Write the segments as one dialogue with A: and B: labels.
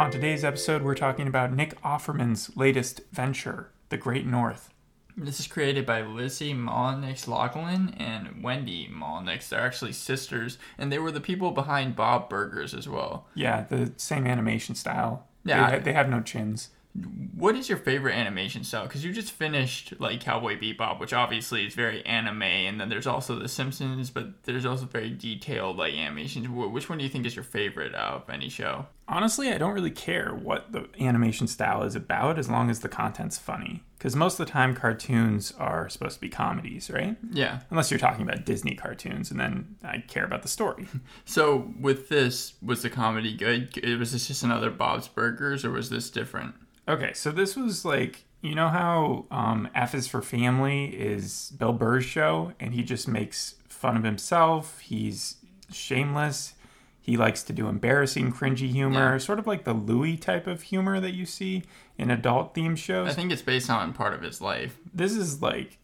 A: On today's episode, we're talking about Nick Offerman's latest venture, The Great North.
B: This is created by Lizzie Molnix Loughlin and Wendy Molnix. They're actually sisters, and they were the people behind Bob Burgers as well.
A: Yeah, the same animation style.
B: Yeah.
A: They, ha- they have no chins.
B: What is your favorite animation style? Because you just finished like Cowboy Bebop, which obviously is very anime, and then there's also The Simpsons, but there's also very detailed like animations. Wh- Which one do you think is your favorite out of any show?
A: Honestly, I don't really care what the animation style is about as long as the content's funny. Because most of the time, cartoons are supposed to be comedies, right?
B: Yeah.
A: Unless you're talking about Disney cartoons, and then I care about the story.
B: So with this, was the comedy good? It was this just another Bob's Burgers, or was this different?
A: Okay, so this was like you know how um, F is for Family is Bill Burr's show, and he just makes fun of himself. He's shameless. He likes to do embarrassing, cringy humor,
B: Yeah.
A: sort of like the Louis type of humor that you see in adult themed shows.
B: I think it's based on part of his life.
A: this is like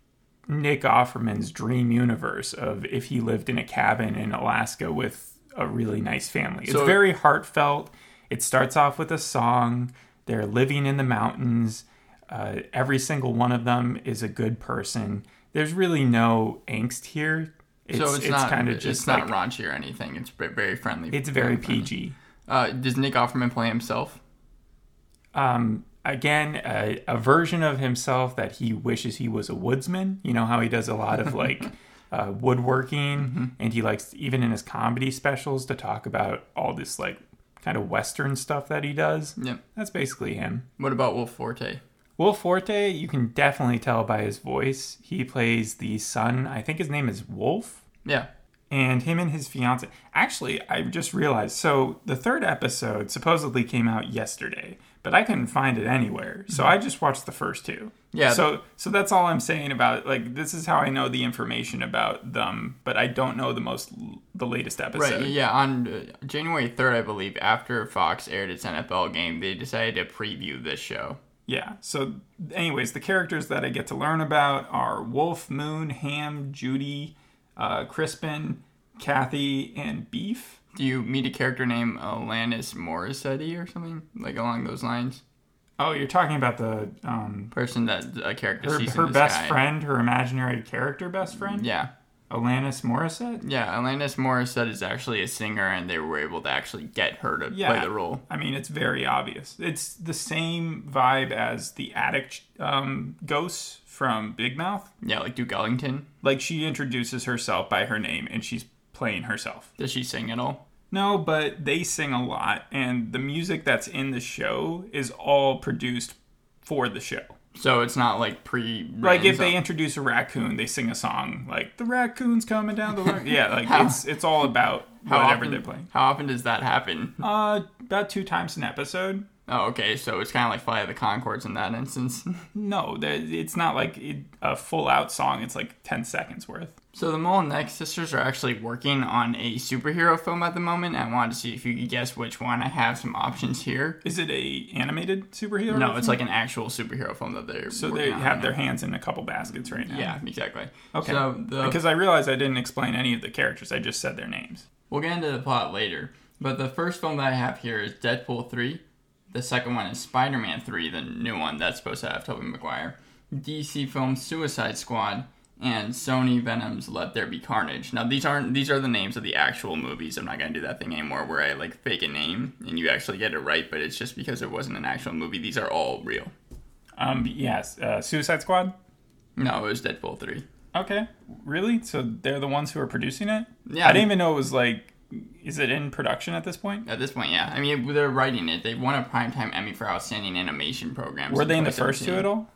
A: Nick Offerman's dream universe of if he lived in a cabin in Alaska with a really nice family. It's
B: So-
A: very heartfelt. It starts off with a song. They're living in the mountains. Uh, every single one of them is a good person. There's really no angst here. It's,
B: so it's, not
A: kind of
B: it's
A: just
B: not
A: like
B: raunchy or anything. It's ve- very friendly.
A: it's very
B: friendly.
A: PG.
B: Uh, does Nick Offerman play himself?
A: Um, again, a, a version of himself that he wishes he was a woodsman. You know how he does a lot of like uh, woodworking, and he likes even in his comedy specials to talk about all this like kind of Western stuff that he does.
B: Yeah.
A: That's basically him.
B: What about Wolf Forte?
A: Will Forte, you can definitely tell by his voice. He plays the son. I think his name is Wolf
B: Yeah.
A: and him and his fiance. Actually, I just realized. So the third episode supposedly came out yesterday, but I couldn't find it anywhere. So I just watched the first two.
B: Mm-hmm. Yeah.
A: So so that's all I'm saying about like this is how I know the information about them, but I don't know the most the latest episode.
B: Right. Yeah. On uh, January third, I believe, after Fox aired its NFL game, they decided to preview this show.
A: Yeah. So, anyways, the characters that I get to learn about are Wolf, Moon, Ham, Judy, uh, Crispin, Kathy, and Beef.
B: Do you meet a character named Alanis Morissette or something like along those lines?
A: Oh, you're talking about the um,
B: Person that a character
A: her,
B: sees
A: her
B: in the
A: best
B: sky.
A: friend, her imaginary character best friend,
B: Yeah.
A: Alanis Morissette.
B: Yeah, Alanis Morissette is actually a singer, and they were able to actually get her to
A: Yeah.
B: play the role.
A: I mean, it's very obvious. It's the same vibe as the addict um, ghosts from Big Mouth.
B: Yeah, like Duke Ellington.
A: Like she introduces herself by her name, and she's playing herself.
B: Does she sing at all?
A: No, but they sing a lot, and the music that's in the show is all produced for the show.
B: So it's not like pre.
A: Like if they introduce a raccoon, they sing a song like "The raccoon's coming down the road." yeah, like it's it's all about
B: how
A: whatever
B: often,
A: they're playing.
B: How often does that happen?
A: Uh, about two times an episode.
B: Oh, okay. So it's kind of like Flight of the Concords in that instance.
A: No, there- it's not like it, a full out song. It's like ten seconds worth.
B: so the Mole Neck sisters are actually working on a superhero film at the moment. I wanted to see if you could guess which one. I have some options here.
A: Is it a animated superhero?
B: No, it's like an actual superhero film that they're.
A: so they
B: working on
A: have
B: right
A: their hands in a couple baskets right now.
B: now. Yeah, exactly.
A: Okay.
B: So the
A: Because I realized I didn't explain any of the characters. I just said their names.
B: We'll get into the plot later, but the first film that I have here is Deadpool 3. The second one is Spider Man 3, the new one that's supposed to have Tobey Maguire. DC film Suicide Squad and Sony Venom's Let There Be Carnage. Now these aren't these are the names of the actual movies. I'm not gonna do that thing anymore where I like fake a name and you actually get it right, but it's just because it wasn't an actual movie. These are all real.
A: Um, yes, uh, Suicide Squad.
B: No, it was Deadpool 3.
A: Okay, really? So they're the ones who are producing it?
B: Yeah.
A: I didn't even know it was like. Is it in production at this point?
B: At this point, yeah. I mean, they're writing it. They won a primetime Emmy for Outstanding Animation Programs.
A: Were they in the first
B: 2017.
A: two at all?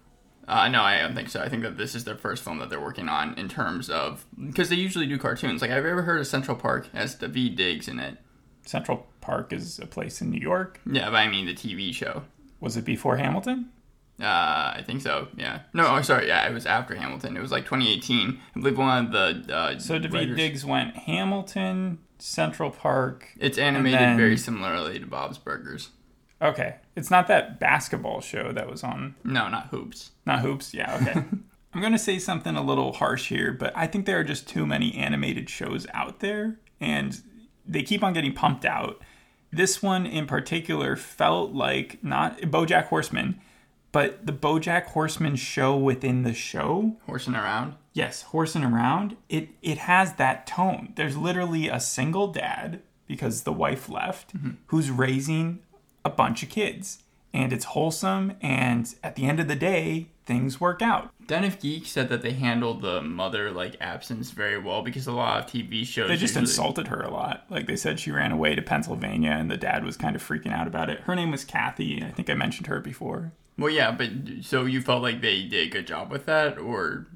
B: Uh, no, I don't think so. I think that this is their first film that they're working on in terms of because they usually do cartoons. Like, have you ever heard of Central Park as the V Diggs in it?
A: Central Park is a place in New York.
B: Yeah, but I mean the TV show.
A: Was it before Hamilton?
B: Uh, I think so. Yeah. No, I'm sorry. Yeah, it was after Hamilton. It was like 2018. I believe one of the uh,
A: So David
B: writers-
A: Diggs went Hamilton, Central Park.
B: It's animated
A: and then-
B: very similarly to Bob's Burgers.
A: Okay, it's not that basketball show that was on.
B: No, not Hoops.
A: Not hoops. Yeah. Okay. I'm gonna say something a little harsh here, but I think there are just too many animated shows out there, and they keep on getting pumped out. this one in particular felt like not BoJack Horseman, but the BoJack Horseman show within the show.
B: Horsing around.
A: Yes, horsing around. It it has that tone. There's literally a single dad because the wife left, who's raising a bunch of kids, and it's wholesome. And at the end of the day, things work out.
B: Den of Geek said that they handled the mother like absence very well because a lot of TV shows
A: They just
B: usually-
A: insulted her a lot. Like they said, she ran away to Pennsylvania, and the dad was kind of freaking out about it. Her name was Kathy. I think I mentioned her before.
B: Well, yeah, but so you felt like they did a good job with that, or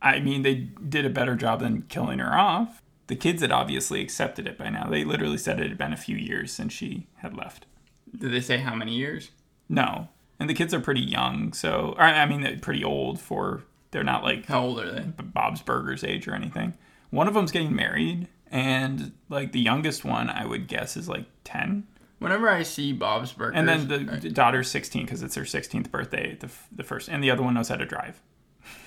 A: I mean, they did a better job than killing her off. The kids had obviously accepted it by now. They literally said it had been a few years since she had left.
B: did they say how many years?
A: No, and the kids are pretty young, so or, I mean, they're pretty old for. They're not like
B: How old are they?
A: Bob's Burgers age or anything. One of them's getting married, and like the youngest one, I would guess is like ten.
B: Whenever I see Bob's Burgers,
A: And then the the daughter's 16 because it's her 16th birthday, the, f- the first, and the other one knows how to drive.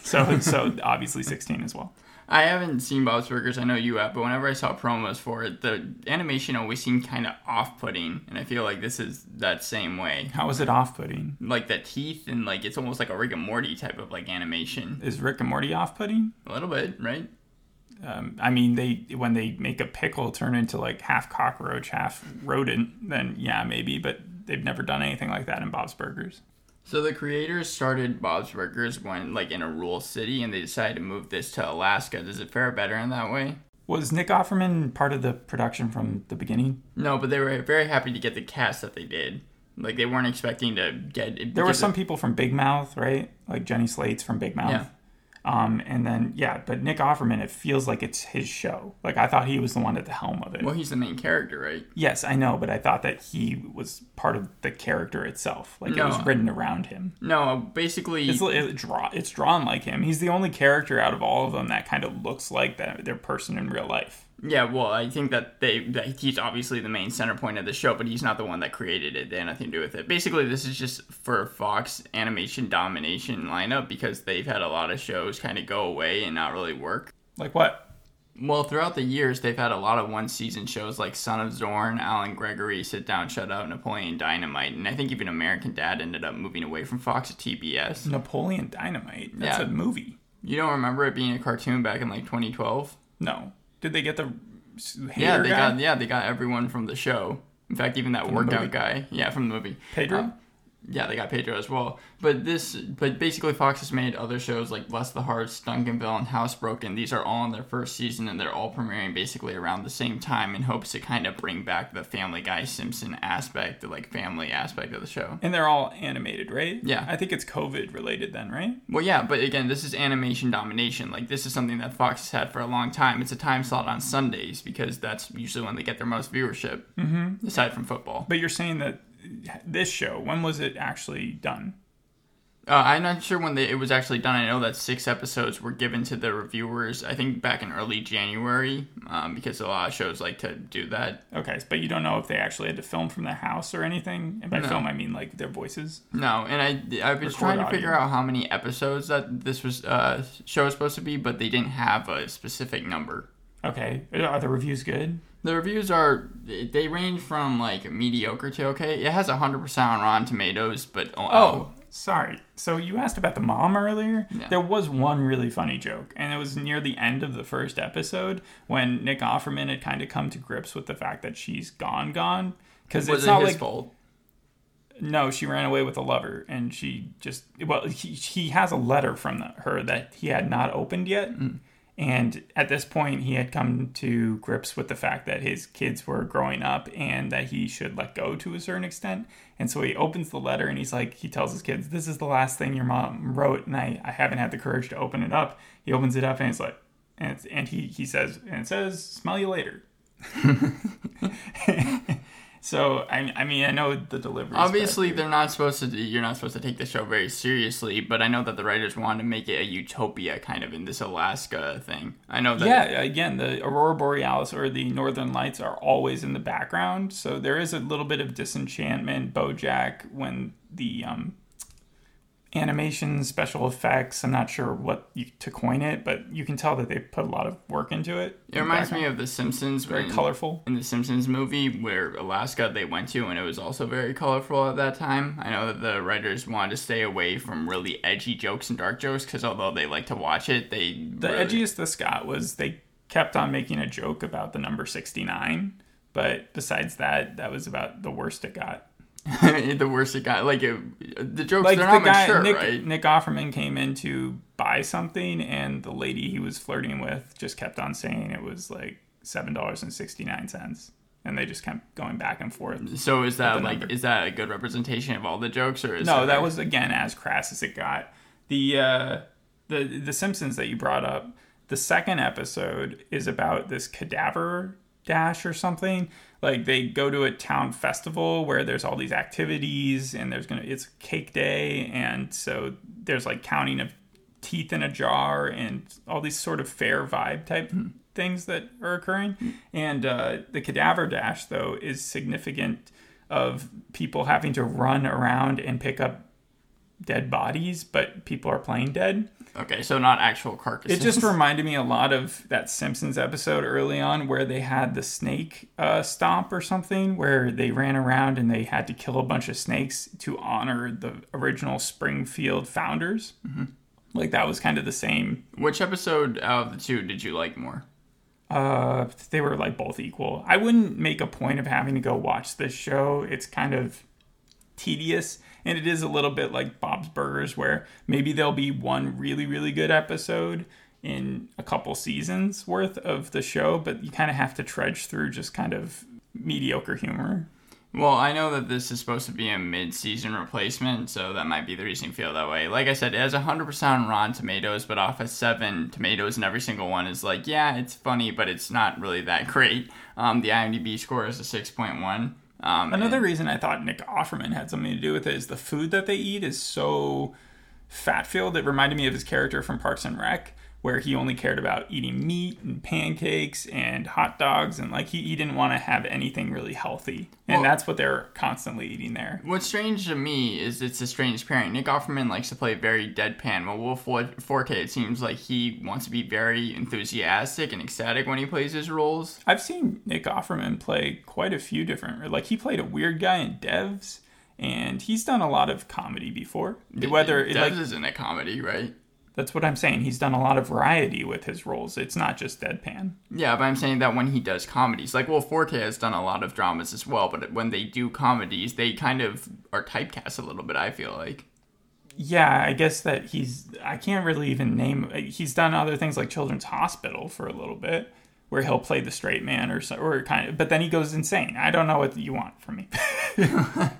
A: So, so obviously 16 as well.
B: I haven't seen Bob's Burgers. I know you have, but whenever I saw promos for it, the animation always seemed kind of off-putting, and I feel like this is that same way.
A: How is it off putting?
B: Like the teeth and like it's almost like a Rick and Morty type of like animation,
A: Is Rick and Morty off putting?
B: a little bit, right?
A: Um, I mean, they when they make a pickle turn into like half cockroach, half rodent, then yeah, maybe, but they've never done anything like that in Bob's Burgers.
B: So the creators started Bob's Burgers when like in a rural city, and they decided to move this to Alaska. Does it fare better in that way?
A: Was Nick Offerman part of the production from the beginning?
B: No, but they were very happy to get the cast that they did. Like they weren't expecting to get.
A: There were
B: because
A: some people from Big Mouth, right? Like Jenny Slates from Big Mouth.
B: Yeah.
A: Um, and then yeah, but Nick Offerman, it feels like it's his show. Like I thought he was the one at the helm of it.
B: Well, he's the main character, right?
A: Yes, I know, but I thought that he was part of the character itself. Like it
B: No.
A: was written around him.
B: No, basically.
A: It's it draw it's drawn like him. He's the only character out of all of them that kind of looks like that their person in real life.
B: yeah, well, I think that they that he's obviously the main center point of the show, but he's not the one that created it. They had nothing to do with it. Basically, this is just for Fox animation domination lineup because they've had a lot of shows kind of go away and not really work.
A: Like what?
B: Well, throughout the years, they've had a lot of one season shows like Son of Zorn, Alan Gregory, Sit Down, Shut Up, Napoleon Dynamite, and I think even American Dad ended up moving away from Fox to TBS.
A: Napoleon Dynamite. That's
B: Yeah.
A: a movie.
B: You don't remember it being a cartoon back in like 2012?
A: No. Did they get the hater
B: Yeah, they
A: guy?
B: got yeah they got everyone from the show. In fact, even that workout
A: movie?
B: guy, yeah, from the movie
A: Pedro?
B: Uh, yeah, they got Pedro as well. But this, but basically, Fox has made other shows like Bless the Hearts, Duncanville, and Housebroken. These are all in their first season, and they're all premiering basically around the same time in hopes to kind of bring back the Family Guy Simpson aspect, the like family aspect of the show.
A: And they're all animated, right?
B: Yeah.
A: I think it's COVID related then, right?
B: Well, yeah, but again, this is animation domination. Like this is something that Fox has had for a long time. It's a time slot on Sundays because that's usually when they get their most viewership, mm-hmm. aside from football.
A: But you're saying that this show, when was it actually done?
B: Uh, I'm not sure when they, it was actually done. I know that six episodes were given to the reviewers. I think back in early January, um, because a lot of shows like to do that.
A: Okay, but you don't know if they actually had to film from the house or anything. And by
B: No.
A: film, I mean like their voices.
B: No, and I I was
A: Record
B: trying to
A: audio.
B: figure out how many episodes that this was uh, show was supposed to be, but they didn't have a specific number.
A: Okay, are the reviews good?
B: The reviews are they range from like mediocre to okay. It has 100% on Rotten Tomatoes, but
A: Oh, sorry. So you asked about the mom earlier.
B: Yeah.
A: There was one really funny joke, and it was near the end of the first episode when Nick Offerman had kind of come to grips with the fact that she's gone, gone. Because
B: was
A: it's
B: it
A: not
B: his
A: like
B: fault?
A: No, she ran away with a lover, and she just well, he, he has a letter from the, her that he had not opened yet,
B: Mm.
A: and at this point, he had come to grips with the fact that his kids were growing up and that he should let go to a certain extent, and so he opens the letter and he's like, he tells his kids, "This is the last thing your mom wrote, and I, I haven't had the courage to open it up." He opens it up and it's like, and it's, and he he says and it says, "Smell you later." So I, I mean I know the delivery. is
B: Obviously,
A: bad.
B: they're not supposed to. You're not supposed to take the show very seriously, but I know that the writers wanted to make it a utopia kind of in this Alaska thing. I know that.
A: Yeah, again, the aurora borealis or the northern lights are always in the background, so there is a little bit of disenchantment, BoJack, when the um, animation, special effects. I'm not sure what you, to coin it, but you can tell that they put a lot of work into it.
B: It reminds me of The Simpsons.
A: Very
B: when-
A: colorful.
B: in the Simpsons movie where Alaska they went to, and it was also very colorful at that time. I know that the writers wanted to stay away from really edgy jokes and dark jokes because although they like to watch it, they
A: The
B: really-
A: edgiest this got was they kept on making a joke about the number 69, but besides that, that was about the worst it got.
B: the worst it got. Like it, the jokes,
A: Like
B: they're
A: the
B: not
A: guy
B: mature,
A: Nick,
B: right?
A: Nick Offerman came in to buy something, and the lady he was flirting with just kept on saying it was like seven dollars and sixty nine cents, and they just kept going back and forth.
B: So is that
A: the
B: like
A: number.
B: is that a good representation of all the jokes or is
A: No,
B: it-
A: that was again as crass as it got. The uh, the the Simpsons that you brought up. The second episode is about this cadaver dash or something. Like they go to a town festival where there's all these activities and there's gonna it's cake day and so there's like counting of teeth in a jar and all these sort of fair vibe type things that are occurring. And uh, the cadaver dash, though, is significant of people having to run around and pick up dead bodies, but people are playing dead.
B: okay. So not actual carcasses.
A: It just reminded me a lot of that Simpsons episode early on where they had the snake uh, stomp or something, where they ran around and they had to kill a bunch of snakes to honor the original Springfield founders. Like that was kind of the same
B: which episode out of the two did you like more?
A: Uh, they were like both equal. I wouldn't make a point of having to go watch this show. It's kind of tedious, and it is a little bit like Bob's Burgers, where maybe there'll be one really, really good episode in a couple seasons worth of the show, but you kind of have to trudge through just kind of mediocre humor.
B: Well, I know that this is supposed to be a mid-season replacement, so that might be the reason you feel that way. Like I said, it has 100% on Rotten Tomatoes, but off of 7 Tomatoes and every single one is like, yeah, it's funny, but it's not really that great. Um, the IMDb score is a 6.1. Um,
A: Another reason I thought Nick Offerman had something to do with it is the food that they eat is so fat filled. It reminded me of his character from Parks and Rec, where he only cared about eating meat and pancakes and hot dogs, and like he, he didn't want to have anything really healthy. And
B: Well-
A: that's what they're constantly eating there.
B: What's strange to me is it's a strange pairing. Nick Offerman likes to play very deadpan, while Will For- Forte, it seems like he wants to be very enthusiastic and ecstatic when he plays his roles.
A: I've seen Nick Offerman play quite a few different. Like he played a weird guy in Devs, and he's done a lot of comedy before. Whether
B: Devs
A: it, like
B: isn't a comedy, right?
A: that's what I'm saying, he's done a lot of variety with his roles. It's not just deadpan.
B: Yeah, but I'm saying that when he does comedies, like Will Forte has done a lot of dramas as well, but when they do comedies, they kind of are typecast a little bit. I feel like.
A: Yeah, I guess that he's. I can't really even name. He's done other things like Children's Hospital for a little bit, where he'll play the straight man or so, or kind of. But then he goes insane. I don't know what you want from me.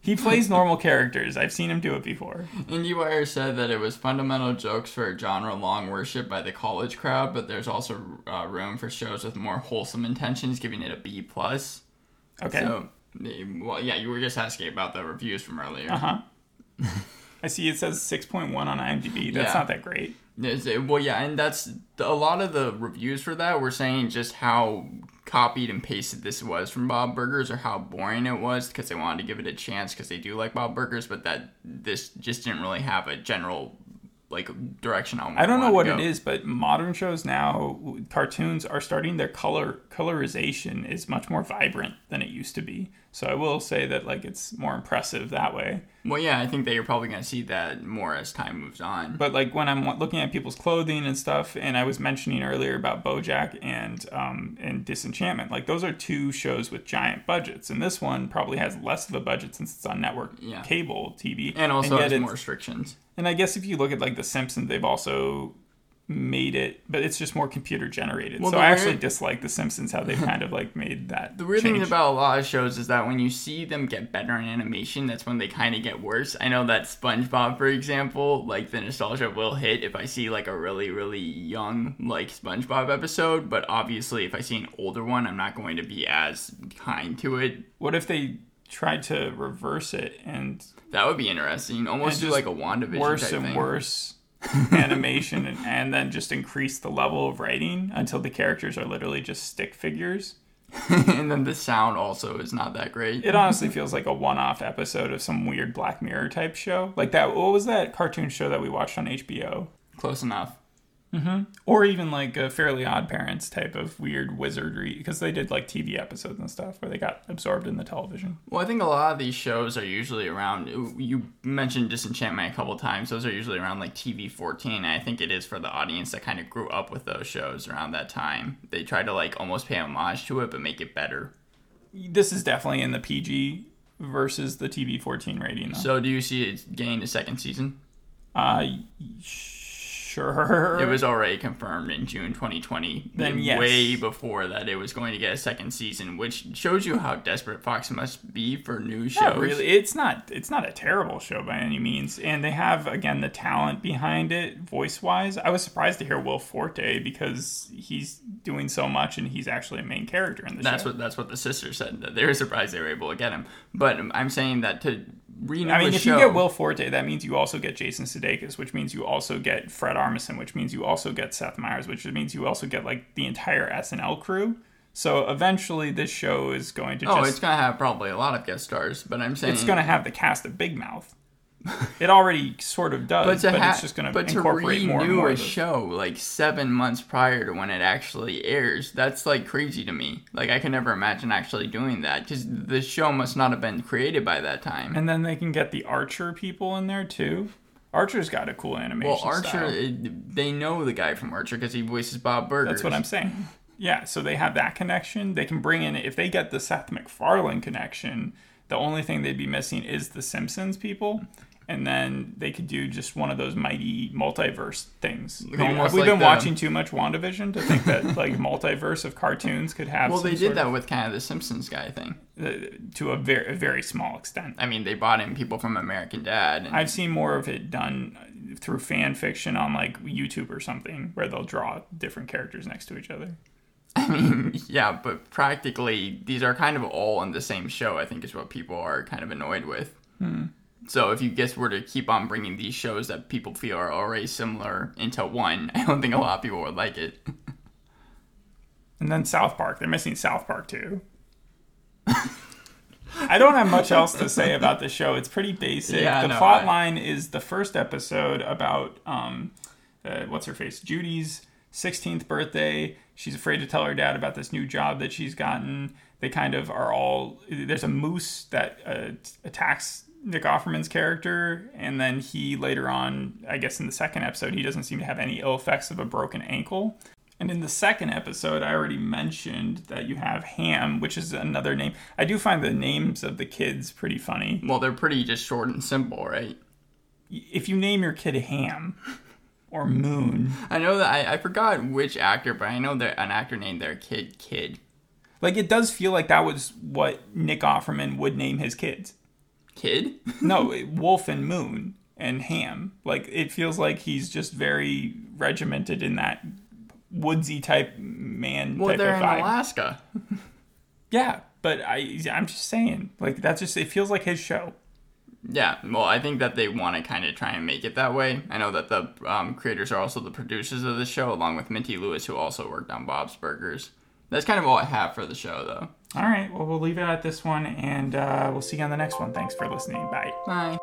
A: he plays normal characters. I've seen him do it before.
B: IndieWire said that it was fundamental jokes for a genre-long worship by the college crowd, but there's also uh, room for shows with more wholesome intentions, giving it a B plus.
A: Okay.
B: So, eh, well, yeah, you were just asking about the reviews from earlier.
A: uh huh. I see it says six point one on IMDb. That's
B: Yeah.
A: not that great.
B: Is it- well, yeah, and that's a lot of the reviews for that were saying just how copied and pasted this was from Bob Burgers or how boring it was because they wanted to give it a chance because they do like Bob Burgers, but that this just didn't really have a general like direction on.
A: I don't know what
B: it is.
A: it is, but modern shows now, cartoons are starting their color colorization is much more vibrant than it used to be. So I will say that like it's more impressive that way.
B: Well, yeah, I think that you're probably going to see that more as time moves on.
A: But like when I'm looking at people's clothing and stuff, and I was mentioning earlier about BoJack and um, and Disenchantment, like those are two shows with giant budgets, and this one probably has less of a budget since it's on network
B: Yeah.
A: cable TV,
B: and also
A: yet
B: has
A: it's-
B: more restrictions.
A: And I guess if you look at like The Simpsons, they've also made it, but it's just more computer generated.
B: Well,
A: so
B: the
A: I actually
B: weird-
A: dislike The Simpsons how they've kind of like made that.
B: The weird thing
A: change.
B: about a lot of shows is that when you see them get better in animation, that's when they kind of get worse. I know that SpongeBob, for example, like the nostalgia will hit if I see like a really, really young like SpongeBob episode, but obviously if I see an older one, I'm not going to be as kind to it.
A: what if they tried to reverse it and
B: That would be interesting. Almost
A: And
B: do
A: just
B: like a WandaVision
A: worse
B: type
A: and
B: thing.
A: worse animation and, and then just increase the level of writing until the characters are literally just stick figures?
B: and then the sound also is not that great.
A: It honestly feels like a one-off episode of some weird Black Mirror type show. Like that. What was that cartoon show that we watched on HBO?
B: Close enough.
A: Or even like a Fairly Odd Parents type of weird wizardry, because they did like TV episodes and stuff where they got absorbed in the television.
B: Well, I think a lot of these shows are usually around. You mentioned Disenchantment a couple times. Those are usually around like TV 14. And I think it is for the audience that kind of grew up with those shows around that time. They try to like almost pay homage to it, but make it better.
A: This is definitely in the PG versus the TV fourteen rating. Though.
B: So, do you see it gained a second season?
A: uh, sure.
B: It was already confirmed in June 2020.
A: Then yes.
B: way before that, it was going to get a second season, which shows you how desperate Fox must be for new shows.
A: Not really. It's not. It's not a terrible show by any means, and they have again the talent behind it, voice wise. I was surprised to hear Will Forte because he's doing so much, and he's actually a main character in the
B: That's
A: show.
B: what that's what the sister said. That they were surprised they were able to get him. But I'm saying that to renew
A: I mean,
B: a
A: if
B: show,
A: you get Will Forte, that means you also get Jason Sudeikis, which means you also get Fred Armisen, which means you also get Seth Meyers, which means you also get like the entire SNL crew. So eventually, this show is going to
B: oh,
A: just
B: it's gonna have probably a lot of guest stars. But I'm saying
A: it's going to have the cast of Big Mouth. It already sort of does,
B: But
A: but,
B: to ha-
A: it's just going
B: but to
A: incorporate
B: renew
A: more and more.
B: a
A: of those.
B: show like seven months prior to when it actually airs, that's like crazy to me. Like I can never imagine actually doing that because the show must not have been created by that time.
A: And then they can get the Archer people in there too. Archer's got a cool animation.
B: well, Archer,
A: style.
B: it- they know the guy from Archer because he voices Bob Burger.
A: That's what I'm saying. Yeah, so they have that connection. They can bring in if they get the Seth MacFarlane connection. The only thing they'd be missing is the Simpsons people, and then they could do just one of those mighty multiverse things. Maybe- Have
B: Almost
A: we
B: like
A: been
B: the-
A: watching too much Wandavision to think that like multiverse of cartoons could have?
B: Well,
A: some
B: they
A: sort
B: did
A: of-
B: that with kind of the Simpsons guy thing.
A: uh, to a very a very small extent.
B: I mean, they bought in people from American Dad. And
A: I've seen more of it done through fan fiction on like YouTube or something, where they'll draw different characters next to each other.
B: yeah, but practically these are kind of all on the same show. I think is what people are kind of annoyed with. So if you guess were to keep on bringing these shows that people feel are already similar into one, I don't think a lot of people would like it.
A: And then South Park. They're missing South Park too. I don't have much else to say about the show. It's pretty basic.
B: Yeah,
A: the
B: no,
A: plot
B: I-
A: line is the first episode about um, uh, what's her face, Judy's 16th birthday. She's afraid to tell her dad about this new job that she's gotten. They kind of are all. There's a moose that uh, attacks Nick Offerman's character, and then he later on, I guess in the second episode, he doesn't seem to have any ill effects of a broken ankle. And in the second episode, I already mentioned that you have Ham, which is another name. I do find the names of the kids pretty funny.
B: Well, they're pretty just short and simple, right?
A: If you name your kid Ham or Moon,
B: I know that I, I forgot which actor, but I know that an actor named their kid Kid
A: like it does feel like that was what Nick Offerman would name his kids.
B: Kid.
A: No, it- Wolf and Moon and Ham. Like it feels like he's just very regimented in that woodsy type man
B: Well,
A: type
B: they're
A: of
B: in
A: vibe.
B: Alaska.
A: Yeah, but I I'm just saying like that's just it feels like his show.
B: Yeah, well, I think that they want to kind of try and make it that way. I know that the um, creators are also the producers of the show, along with Minty Lewis, who also worked on Bob's Burgers. That's kind of all I have for the show, though.
A: All right. Well, we'll leave it at this one, and uh, we'll see you on the next one. Thanks for listening. Bye.
B: Bye.